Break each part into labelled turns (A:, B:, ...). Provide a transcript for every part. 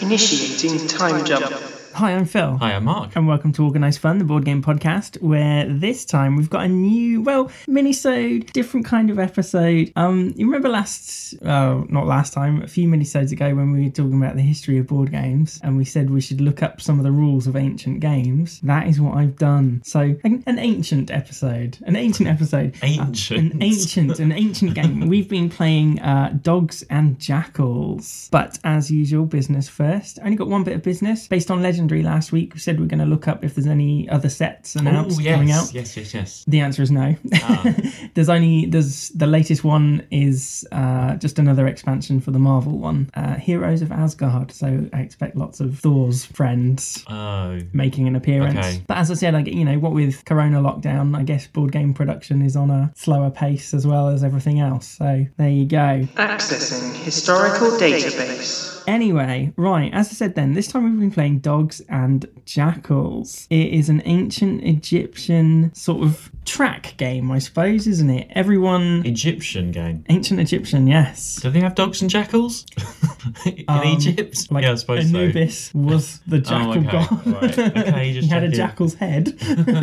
A: Initiating time jump.
B: Hi, I'm Phil.
C: Hi, I'm Mark.
B: And welcome to Organised Fun, the board game podcast, where this time we've got a new, well, mini-sode, different kind of episode. Um, you remember last, uh, not last time, a few mini-sodes ago when we were talking about the history of board games, and we said we should look up some of the rules of ancient games. That is what I've done. So, an, an ancient episode, an ancient episode, Uh,
C: Ancient.
B: an ancient, an ancient game. We've been playing uh, Dogs and Jackals, but as usual, business first. Only got one bit of business based on Legendary last week. We said we are going to look up if there's any other sets announced
C: yes,
B: coming out.
C: yes, yes, yes.
B: The answer is no. there's only there's the latest one is uh, just another expansion for the Marvel one, uh, Heroes of Asgard. So I expect lots of Thor's friends
C: Oh,
B: making an appearance.
C: Okay.
B: But as I said, like you know, what with Corona lockdown, I guess board game production is on a slower pace as well as everything else. So there you go.
A: Accessing historical database.
B: Anyway, right, as I said then, this time we've been playing Dogs and Jackals. It is an ancient Egyptian sort of track game, I suppose, isn't it? Everyone.
C: Egyptian game.
B: Ancient Egyptian, yes.
C: Do they have dogs and jackals in
B: Um,
C: Egypt?
B: Like
C: yeah, I suppose Oh,
B: Anubis was the jackal
C: okay,
B: god.
C: right. Okay, just
B: he had a
C: checking.
B: jackal's head.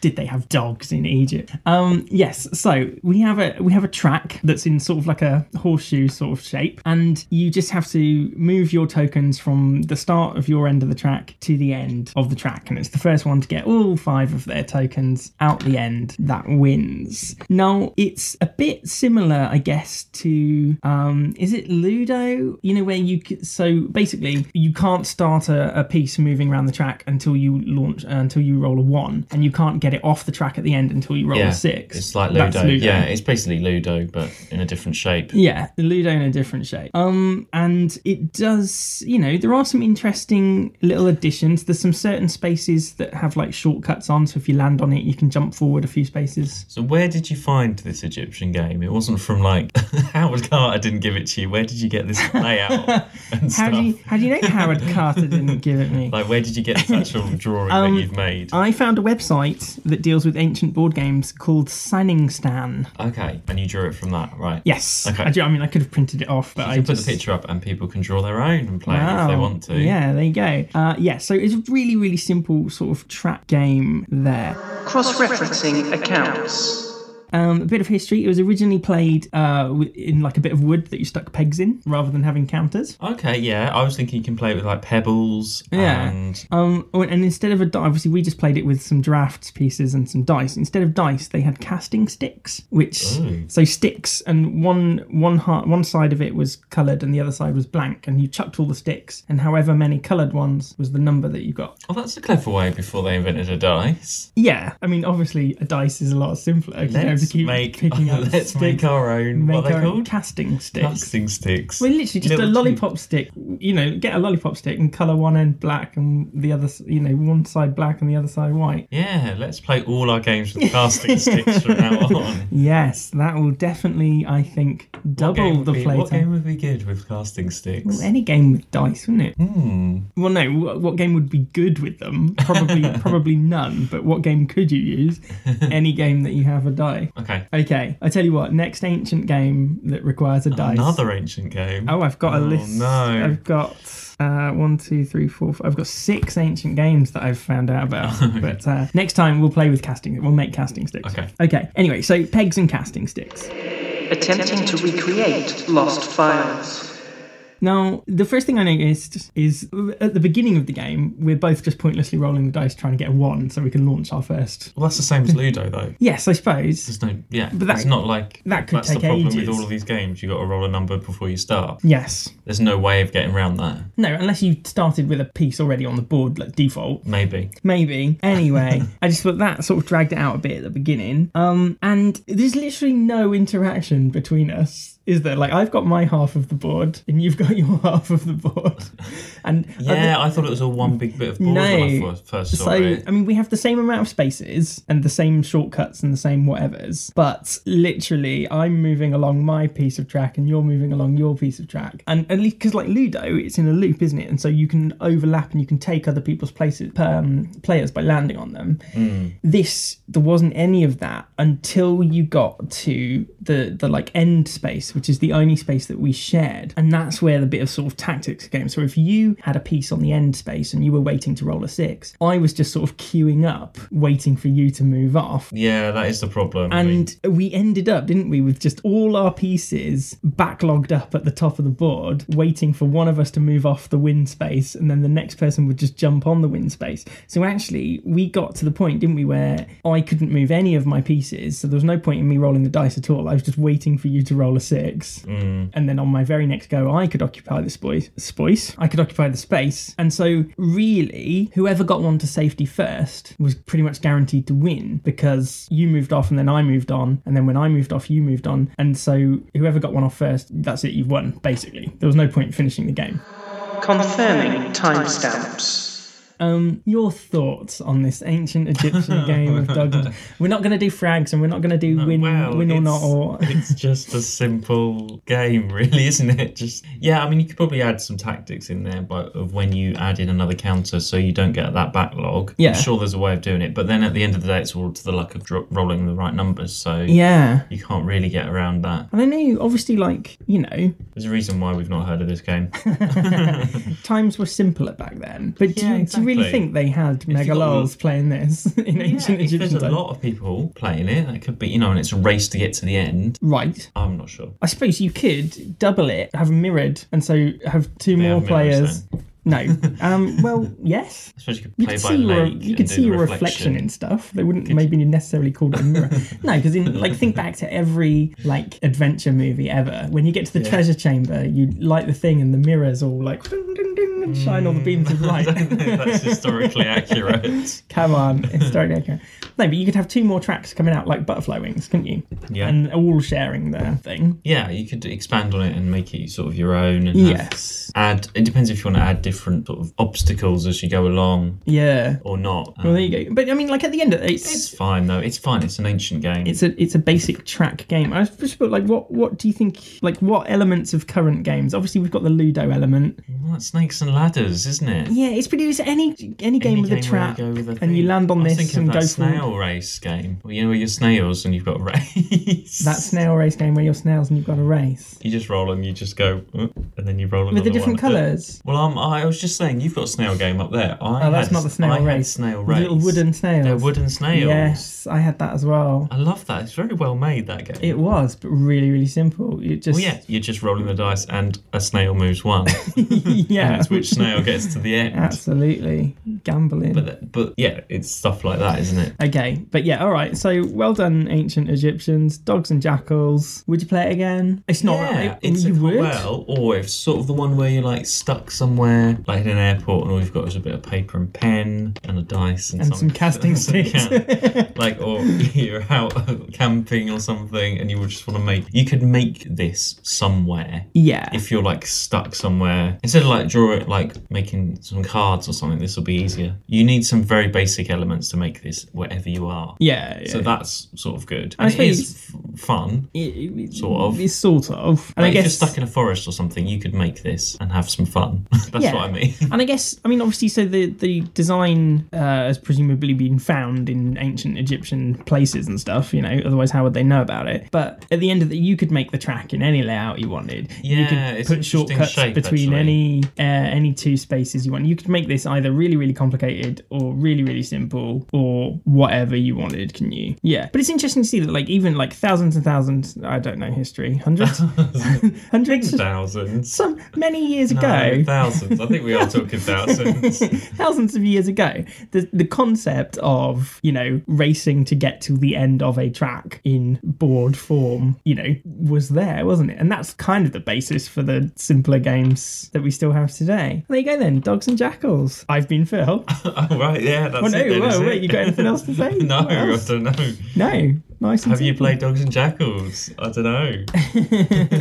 B: Did they have dogs in Egypt? Um, yes. So we have a we have a track that's in sort of like a horseshoe sort of shape, and you just have to move your tokens from the start of your end of the track to the end of the track, and it's the first one to get all five of their tokens out the end that wins. Now it's a bit similar, I guess, to um, is it Ludo? You know where you c- so basically you can't start a, a piece moving around the track until you launch uh, until you roll a one, and you can't get it off the track at the end until you roll
C: Yeah,
B: a six.
C: It's like Ludo.
B: That's Ludo.
C: Yeah, it's basically Ludo, but in a different shape.
B: Yeah, Ludo in a different shape. Um, and it does, you know, there are some interesting little additions. There's some certain spaces that have like shortcuts on, so if you land on it, you can jump forward a few spaces.
C: So where did you find this Egyptian game? It wasn't from like Howard Carter didn't give it to you. Where did you get this layout and
B: How
C: stuff?
B: do you how do you know Howard Carter didn't give it me?
C: Like where did you get this actual drawing
B: Um,
C: that you've made?
B: I found a website that deals with ancient board games called Sanningstan.
C: Okay, and you drew it from that, right?
B: Yes,
C: Okay.
B: I, do, I mean I could have printed it off, but
C: You
B: I
C: can put
B: just-
C: the picture up, and people can draw their own and play it if they
B: Wow.
C: want to.
B: Yeah, there you go. Uh, yeah, so it's a really, really simple sort of track game there.
A: Cross referencing accounts.
B: Um, a bit of history. It was originally played uh, wi- in like a bit of wood that you stuck pegs in rather than having counters.
C: Okay, yeah. I was thinking you can play it with like pebbles
B: Yeah.
C: and
B: Um, oh, and instead of a die, obviously we just played it with some drafts pieces and some dice. Instead of dice, they had casting sticks, which
C: Ooh.
B: so sticks, and one one heart, one side of it was coloured and the other side was blank, and you chucked all the sticks, and however many coloured ones was the number that you got.
C: well oh, that's a clever way before they invented a dice.
B: Yeah, I mean obviously a dice is a lot simpler. 'cause you don't have to
C: Let's
B: keep
C: make
B: picking up
C: let's
B: sticks,
C: make our own
B: make
C: what are
B: our
C: they
B: own
C: called?
B: casting sticks.
C: Casting sticks.
B: Well, literally just
C: Little
B: a
C: tube.
B: lollipop stick. You know, get a lollipop stick and color one end black and the other, s- you know, one side black and the other side white.
C: Yeah, let's play all our games with casting sticks from now on.
B: Yes, that will definitely, I think,
C: Game
B: double
C: would
B: the
C: be- What
B: playtime.
C: game would be good with casting sticks?
B: Well, any game with dice, wouldn't it?
C: Hmm.
B: Well, no. wh- What game would be good with them? Probably, probably none. But what game could you use? Any game that you have a die.
C: Okay.
B: Okay, I tell you what. Next ancient game that requires a dice.
C: Another ancient game.
B: Oh, I've got a
C: Oh,
B: list.
C: no.
B: I've got uh, one, two, three, four, five. I've got six ancient games that I've found out about. but uh, next time we'll play with casting. We'll make casting sticks.
C: Okay.
B: Okay. Anyway, so pegs and casting sticks.
A: Attempting to recreate lost files.
B: Now, the first thing I noticed is at the beginning of the game, we're both just pointlessly rolling the dice trying to get a one so we can launch our first.
C: Well, that's the same as Ludo though.
B: Yes, I suppose.
C: There's no, yeah,
B: But that-
C: it's not like
B: that could
C: that's
B: take
C: the problem with
B: ages.
C: all of these games. You got to roll a number before you start.
B: Yes.
C: There's no way of getting around that.
B: No, unless you started with a piece already on the board, like default.
C: Maybe.
B: Maybe. Anyway, I just thought that sort of dragged it out a bit at the beginning. Um, and there's literally no interaction between us, is there? Like I've got my half of the board, and you've got your half of the board, and I
C: Yeah, I thought it was all one big bit of board when I
B: No.
C: fir- first
B: thi-
C: saw
B: So
C: it.
B: I mean, we have the same amount of spaces and the same shortcuts and the same whatevers, but literally, I'm moving along my piece of track and you're moving along your piece of track, and at least because like Ludo, it's in a loop, isn't it? And so you can overlap and you can take other people's places, um, players by landing on them this there wasn't any of that until you got to the the like end space, which is the only space that we shared, and that's where the bit of sort of tactics came. So if you had a piece on the end space and you were waiting to roll a six, I was just sort of queuing up, waiting for you to move off.
C: Yeah, that is the problem. I mean,
B: And we ended up, didn't we, with just all our pieces backlogged up at the top of the board, waiting for one of us to move off the win space, and then the next person would just jump on the win space. So actually, we got to the point, didn't we, where I couldn't move any of my pieces, so there was no point in me rolling the dice at all. I was just waiting for you to roll a six, and then on my very next go, I could occupy the spoice, spoice. I could occupy the space, and so really, whoever got one to safety first was pretty much guaranteed to win because you moved off and then I moved on, and then when I moved off, you moved on, and so whoever got one off first, that's it, you've won. Basically, there was no point in finishing the game.
A: Confirming timestamps.
B: Um, your thoughts on this ancient Egyptian game of dog? and- We're not going to do frags, and we're not going to do win,
C: well,
B: win or
C: it's-
B: not, or
C: it's just a simple game, really, isn't it? Just yeah, I mean, you could probably add some tactics in there, but of when you add in another counter, so you don't get that backlog.
B: Yeah.
C: I'm sure there's a way of doing it, but then at the end of the day, it's all to the luck of dro- rolling the right numbers. So
B: yeah.
C: you can't really get around that.
B: And I know, obviously, like you know,
C: There's a reason why we've not heard of this game.
B: times were simpler back then. But do,
C: Yeah,
B: you, do you really
C: exactly.
B: think they had mega
C: got a lot-
B: lols playing this in ancient
C: if there's
B: Egyptian
C: a
B: times?
C: lot of people playing it, that could be, you know, and it's a race to get to the end.
B: Right.
C: I'm not sure.
B: I suppose you could double it, have mirrored, and so have two
C: They
B: more
C: have mirrors
B: players. No. Um, well, yes.
C: I suppose you could
B: You
C: play
B: could
C: by
B: see your
C: lake.
B: you
C: and
B: could
C: do
B: see
C: the
B: your reflection in stuff. They wouldn't maybe necessarily call it a mirror. no, because in like think back to every like adventure movie ever. When you get to the treasure chamber, you light the thing and the mirrors all like ding, ding, ding, and shine all the beams of
C: I don't
B: light.
C: know if that's historically accurate.
B: Come on, historic echo. No, but you could have two more tracks coming out like butterfly wings, couldn't you?
C: Yeah.
B: And all sharing their thing.
C: Yeah, you could expand on it and make it sort of your own. And have-
B: Yes.
C: add. It depends if you want to add different sort of obstacles as you go along
B: Yeah.
C: or not. Um,
B: Well, there you go. But I mean, like at the end, of it,
C: it's fine though. It's fine. It's an ancient game.
B: it's a it's a basic track game. I was just about like what what do you think like what elements of current games? Obviously we've got the Ludo element.
C: Well, it's snakes and ladders, isn't it?
B: Yeah, it's pretty it's any any game
C: Any
B: with a
C: game where you
B: trap
C: go with a
B: and you
C: thing.
B: land on
C: I was
B: this
C: thinking
B: and
C: of that
B: go
C: snail
B: for
C: race game. Well, you know where you're snails and you've got a race.
B: that snail race game where you're snails and you've got to race.
C: You just roll and you just go, "Uh," and then you roll another
B: With the different
C: one.
B: colours.
C: Well, um, I was just saying you've got snail game up there. I
B: Oh, that's
C: had-
B: not the snail
C: I had
B: race.
C: snail
B: The
C: race.
B: Little wooden snails.
C: They're wooden snails.
B: Yes, I had that as well.
C: I love that. It's very well made that game.
B: It was, but really, really simple. It just
C: Well, Oh, yeah, you're just rolling the dice, and a snail moves one.
B: yeah.
C: That's which snail gets to the end.
B: Absolutely. Gambling.
C: But, th- but yeah, it's stuff like that, isn't it?
B: Okay, but yeah, all right. So well done, ancient Egyptians. Dogs and jackals. Would you play it again? It's not.
C: Yeah,
B: it-
C: it's
B: you
C: a-
B: would.
C: well, or if sort of the one where you're like stuck somewhere, like in an airport, and all you've got is a bit of paper and pen and a dice and,
B: and some casting sticks.
C: like, or you're out camping or something, and you would just want to make. You could make this somewhere.
B: yeah.
C: If you're like stuck somewhere, instead of like draw it like making some cards or something, this will be easier. You need some very basic elements to make this wherever you are.
B: yeah. Yeah.
C: So that's sort of good.
B: I
C: And it is f- fun.
B: It- it-
C: Sort of.
B: It's sort of. And
C: Like
B: I guess
C: if you're stuck in a forest or something, you could make this and have some fun. That's
B: Yeah.
C: what I mean.
B: and I guess I mean obviously so the the design uh, has presumably been found in ancient Egyptian places and stuff you know otherwise how would they know about it but at the end of the you could make the track in any layout you wanted you
C: Yeah,
B: could
C: it's
B: put
C: interesting
B: shortcuts
C: shape,
B: between
C: actually.
B: any uh, any two spaces you want you could make this either really really complicated or really really simple or whatever you wanted can you yeah but it's interesting to see that like even like thousands and thousands I don't know history hundreds hundreds
C: Thousands.
B: some many years ago
C: Hmm. No, thousands. I think we are talking thousands.
B: thousands of years ago the the concept of you know racing to get to the end of a track in board form you know was there wasn't it and that's kind of the basis for the simpler games that we still have today there you go then dogs and jackals i've been phil
C: oh, right, yeah, that's
B: oh
C: it.
B: no
C: then, is
B: whoa,
C: it?
B: wait you got anything else to say
C: no,
B: What
C: I
B: else?
C: don't know.
B: no nice and
C: Have you
B: simple.
C: played Dogs and Jackals? I don't know. Oh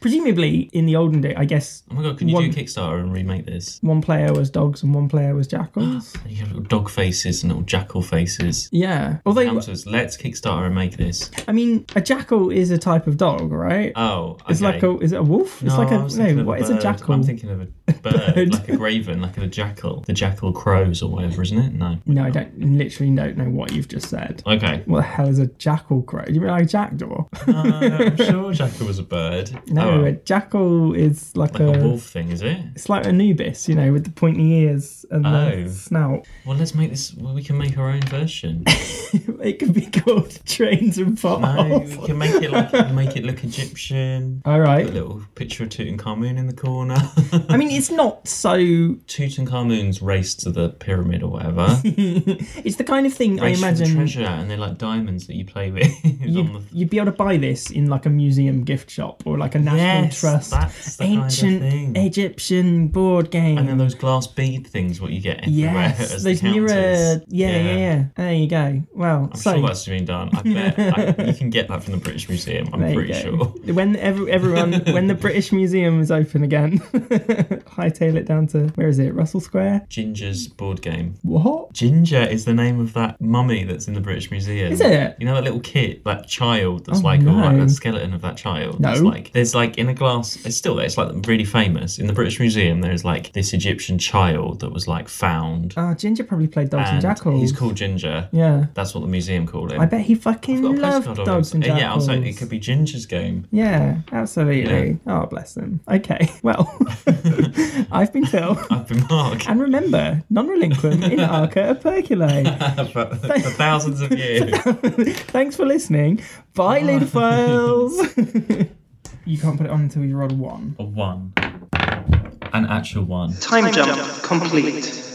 B: presumably in the olden day i guess
C: Oh my god, can you
B: One-
C: do a Kickstarter and remake this?
B: one player was dogs and one player was jackals
C: And You have little dog faces and little jackal faces.
B: yeah although
C: Come to us, let's Kickstarter and make this.
B: i mean a jackal is a type of dog right
C: Oh,
B: It's
C: okay.
B: like a is it a wolf? It's
C: No,
B: like a
C: I was thinking
B: no.
C: of
B: What is a
C: bird.
B: jackal?
C: I'm thinking of a bird,
B: bird.
C: like a graven, like a jackal. The jackal crows or whatever, isn't it? No.
B: No, I don't literally don't know what you've just said.
C: Okay.
B: What the hell is a jackal crow? Do you mean like a jackdaw?
C: No, I'm sure jackal was a bird.
B: No,
C: Oh,
B: a jackal is like,
C: like a wolf thing, is it?
B: It's like Anubis, you know, with the pointy ears and the
C: Oh.
B: snout.
C: Well, let's make this. well, We can make our own version.
B: It could be called trains and
C: No,
B: potholes.
C: we can make it like make it look Egyptian.
B: All
C: Put a
B: right.
C: little picture of Tutankhamun in the corner.
B: I mean, it's not so.
C: Tutankhamun's race to the pyramid or whatever.
B: It's the kind of thing I
C: Race for the
B: imagine
C: treasure, and they're like diamonds that you play with. on
B: you'd,
C: the
B: you'd be able to buy this in like a museum gift shop or like a National
C: Yes,
B: Trust
C: that's the kind of
B: ancient
C: thing.
B: Egyptian board game.
C: And then those glass bead things, what you get everywhere
B: yes,
C: as
B: those
C: the counters.
B: mirror. Yeah, yeah, yeah, There you go. Well,
C: I'm
B: so
C: sure that's been done. I bet I, you can get that from the British Museum. I'm
B: There you
C: pretty
B: go.
C: sure.
B: When every, everyone, when the British Museum is open again, hightail it down to where is it? Russell Square.
C: Ginger's board game.
B: What?
C: Ginger is the name of that mummy that's in the British Museum.
B: Is it?
C: You know that little kid, that child that's
B: Oh,
C: like,
B: no.
C: all right, that skeleton of that child.
B: No.
C: It's like, there's like in a glass, it's still there, it's like really famous. In the British Museum, there's like this Egyptian child that was like found.
B: Ah, Ginger probably played dogs and,
C: and
B: jackals.
C: He's called Ginger.
B: Yeah.
C: That's what the museum called him.
B: I bet he
C: I've
B: fucking
C: got a
B: loved
C: postcard of him.
B: dogs and
C: Uh,
B: jackals.
C: Yeah, I'm saying it could be Ginger's game.
B: Yeah, absolutely. Oh, bless them. Okay, well, I've been Phil.
C: I've been Mark
B: And remember, non-relinquent in arca operculae.
C: for, for thousands of years.
B: Thanks for listening. Bye, Ludophiles. you can't put it on until you roll one.
C: A one. An actual one.
A: Time jump complete.